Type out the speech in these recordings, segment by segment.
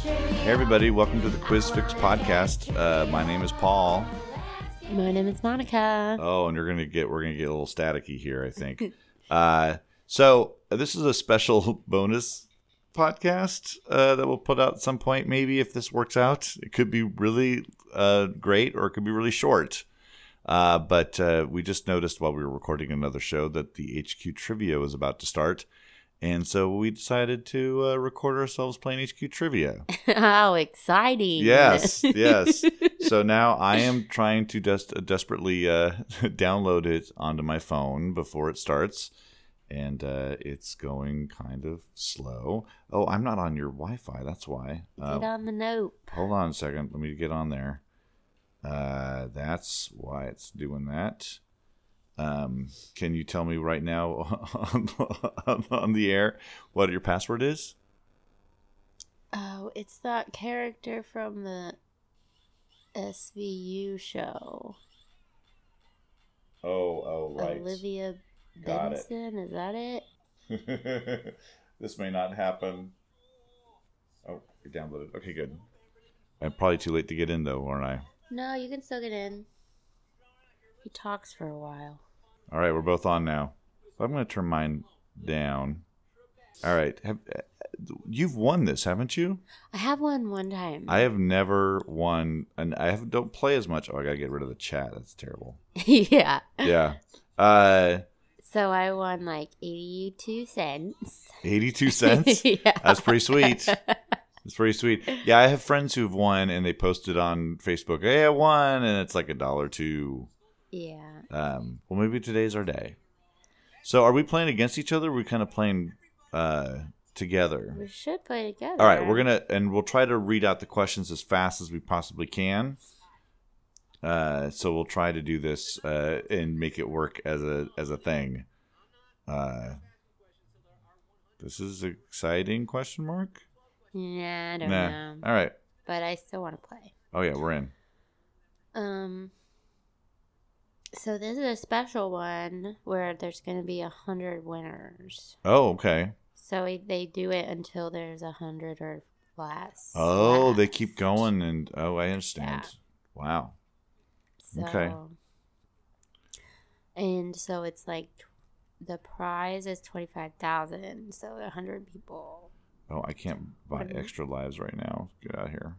Hey, everybody, welcome to the Quiz Fix podcast. Uh, my name is Paul. My name is Monica. Oh, and you're gonna get we're gonna get a little staticky here, I think. uh, so this is a special bonus podcast uh, that we'll put out at some point, maybe if this works out. It could be really uh, great, or it could be really short. Uh, but uh, we just noticed while we were recording another show that the HQ trivia was about to start. And so we decided to uh, record ourselves playing HQ trivia. How exciting. Yes, yes. so now I am trying to des- desperately uh, download it onto my phone before it starts, and uh, it's going kind of slow. Oh, I'm not on your Wi-Fi. That's why. Get Uh, on the note. hold on a second. Let me get on there. Uh, that's why it's doing that. Um, can you tell me right now on, on, on the air what your password is? Oh, it's that character from the SVU show. Oh, oh, Olivia Got it. Benson, is that it? this may not happen. Oh, you downloaded. Okay, good. I'm probably too late to get in though, aren't I? No, you can still get in. He talks for a while. All right, we're both on now. I'm going to turn mine down. All right, have, uh, you've won this, haven't you? I have one one time. I have never won, and I have, don't play as much. Oh, I got to get rid of the chat. That's terrible. yeah. Yeah. Uh, So I won like 82 cents. 82 cents. Uh, yeah. That's pretty sweet. It's pretty sweet. Yeah, I have friends who've won and they posted on Facebook, "Hey, I won," and it's like a dollar two. Yeah. Um, well, maybe today's our day. So, are we playing against each other? Or are we kind of playing uh, We together. should play together. All right, we're gonna and we'll try to read out the questions as fast as we possibly can. Uh, so we'll try to do this uh, and make it work as a as a thing. Uh, this is exciting? Question mark. Nah, I don't know. All right. But I still want to play. Oh yeah, we're in. Um. So this is a special one where there's going to be a hundred winners. Oh, okay. So i- they do it until there's a hundred or less. Oh, they left. keep going and oh, I understand. Yeah. Wow. So, okay. And so it's like tw- the prize is twenty five thousand. So a hundred people. Oh, I can't buy Pardon me? extra lives right now. Get out of here.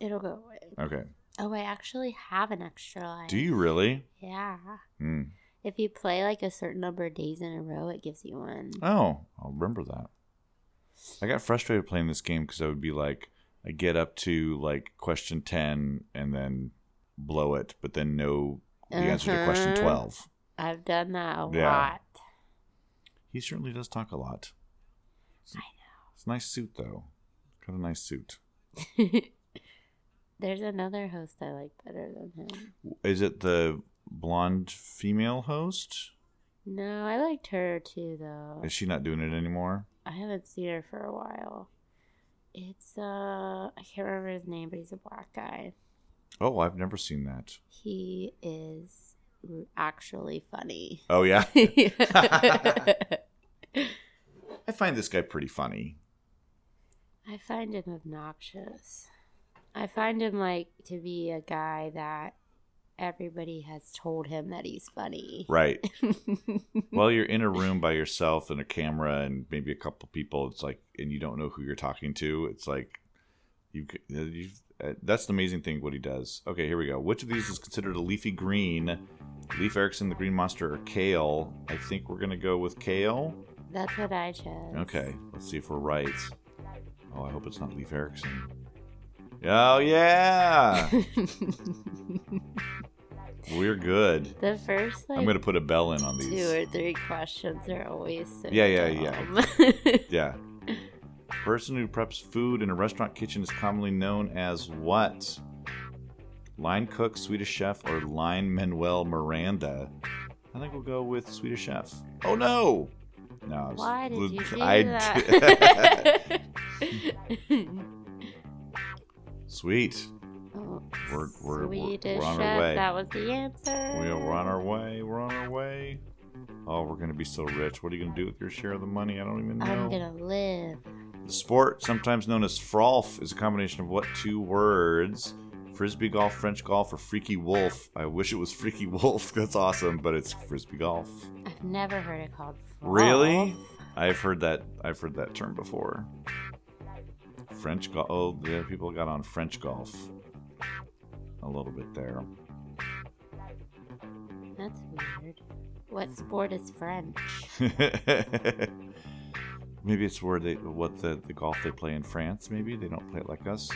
It'll go away. Okay. Oh, I actually have an extra life. Do you really? Yeah. Hmm. If you play like a certain number of days in a row, it gives you one. Oh, I'll remember that. I got frustrated playing this game because I would be like, I get up to like question 10 and then blow it, but then know the answer to question Uh-huh. 12. I've done that a Yeah. lot. He certainly does talk a lot. I know. It's a nice suit, though. Got a nice suit. There's another host I like better than him. Is it the blonde female host? No, I liked her too though. Is she not doing it anymore? I haven't seen her for a while. It's uh I can't remember his name, but he's a black guy. Oh, I've never seen that. He is r- actually funny. Oh yeah, I I find this guy pretty funny. find him obnoxious. I find him like to be a guy that everybody has told him that he's funny. Right. well, you're in a room by yourself and a camera and maybe a couple people. It's like, and you don't know who you're talking to. It's like, you. you uh, that's the amazing thing what he does. Okay, here we go. Which of these is considered a leafy green? Leaf Erikson, the Green Monster, or kale? I think we're gonna go with kale. That's what I chose. Okay, let's see if we're right. Oh, I hope it's not Leif Erickson. Oh, yeah! We're good. The first like I'm going to put a bell in on two these. or three questions are always so Yeah, yeah, yeah. yeah. Yeah. Person who preps food in a restaurant kitchen is commonly known as what? Line cook, Swedish chef, or line Manuel Miranda? I think we'll go with Swedish chef. Oh, no! No, I was- Why did you do I- that? Sweet. Oh, We're- we're- we're- Swedish we're on our chef, way. That was the answer. We are on our way. We're on our way. Oh, we're gonna be so rich. What are you gonna do with your share of the money? I don't even know. I'm gonna live. The sport, sometimes known as frolf, is a combination of what two words? Frisbee golf, French golf, or freaky wolf? I wish it was freaky wolf. That's awesome, but it's frisbee golf. I've never heard it called. Frolf. Really? I've heard that. I've heard that term before. French golf. Oh, yeah, people got on French golf a little bit there. That's weird. What sport is French? maybe it's where they what the, the golf they play in France. Maybe they don't play it like us.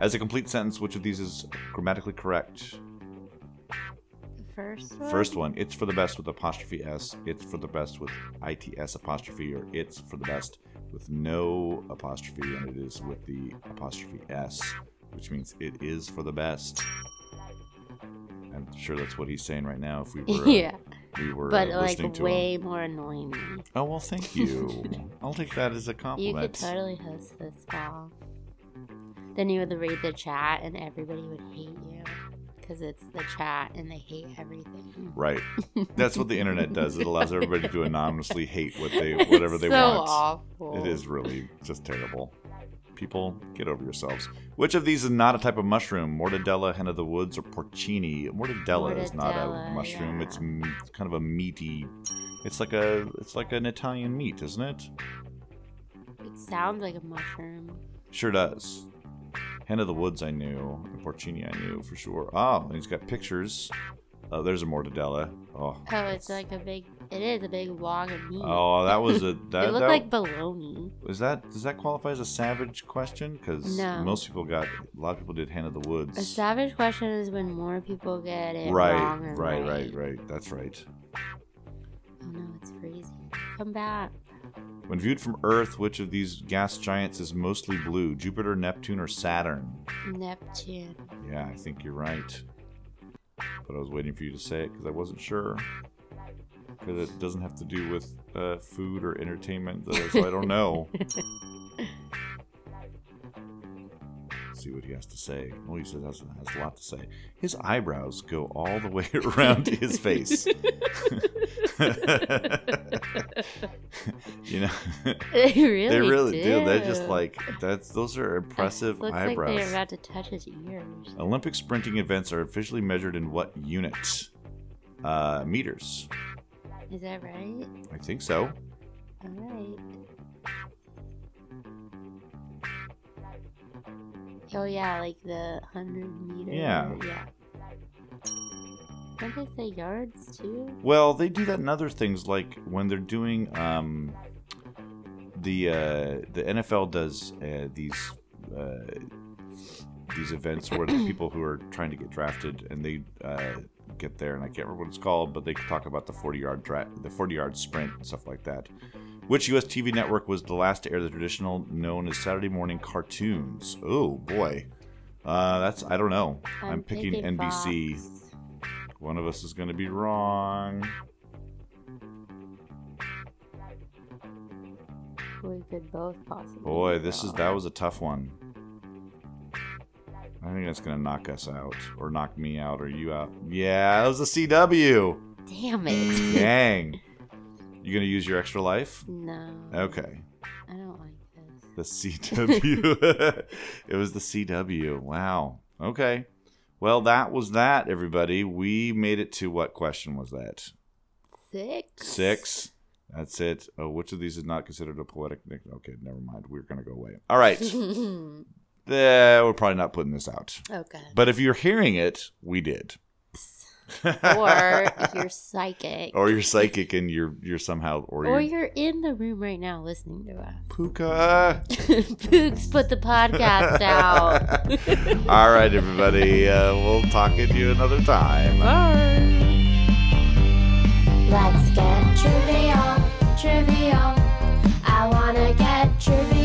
As a complete sentence, which of these is grammatically correct? The first one. First one, it's for the best with apostrophe s. It's for the best with its apostrophe, or it's for the best with no apostrophe, and it is with the apostrophe s, which means it is for the best. I'm sure that's what he's saying right now. If we were, uh, yeah, we were but uh, like listening to him. way more annoyingly. Oh well, thank you. I'll take that as a You could compliment. totally host this ball. Then you would read the chat, and everybody would hate you because it's the chat, and they hate everything. Right. That's what the internet does. It allows everybody to anonymously hate what they whatever It's they so want. awful. It is really just terrible. People, get over yourselves. Which of these is not a type of mushroom? Mortadella, hen of the woods, or porcini? Mortadella, is not a Mortadella, mushroom. yeah. It's m- it's kind of a meaty. It's like a it's like an Italian meat, isn't it? It sounds like a mushroom. Sure does. Hen of the Woods, I knew. And Porcini, I knew for sure. Oh, and he's got pictures. Oh, there's a mortadella. Oh, Oh, it's like a big. It is a big log of meat. oh, that was a. That, it looked that, like bologna. is that does that qualify as a savage question? Because No. most people got a lot of people did Hen of the Woods. A savage question is when more people get it right, wrong than right, right. right, right. That's right. Oh no, it's freezing. Come back. When viewed from Earth, which of these gas giants is mostly blue? Jupiter, Neptune, or Saturn? Neptune. Yeah, I think you're right. But I was waiting for you to say it because I wasn't sure. Because it doesn't have to do with uh, food or entertainment, uh, so I don't know. See what he has to say. Oh, he says has, has a lot to say. His eyebrows go all the way around his face. you know, They really, they really do. do. They're just like that's. Those are It impressive looks eyebrows. Oh. like they're about to touch his ears. Olympic sprinting events are officially measured in what unit? Uh, meters. Is that right? I think so. All right. Oh yeah, like the hundred meter. Yeah. Yeah. Don't they say yards too? Well, they do that in other things, like when they're doing um, the uh, the NFL does uh, these uh, these events where the people who are trying to get drafted and they uh, get there, and I can't remember what it's called, but they talk about the forty yard dra- the forty yard sprint and stuff like that. Which U.S. TV network was the last to air the traditional known as Saturday morning cartoons? Oh boy, uh, that's I don't know. I'm, picking, NBC. Fox. One of us is going to be wrong. We could both possibly. Boy, be this is wrong. that was a tough one. I think that's gonna knock us out, or knock me out, or you out. Yeah, that was a CW. Damn it. Dang. You gonna use your extra life? No. Okay. I don't like this. The CW. it was the CW. Wow. Okay. Well, that was that, everybody. We made it to what question was that? Six. Six. That's it. Oh, which of these is not considered a poetic? nick- Okay, never mind. We're gonna go away. All right. okay. Eh, we're probably not putting this out. But if you're hearing it, we did. Or you're psychic. Or you're psychic and you're you're somehow or, Or you're, you're in the room right now listening to us. puka. Pooks put the podcast out. All right, everybody. Uh, we'll talk at you another time. Bye. Let's get trivial, trivial. I wanna get trivial.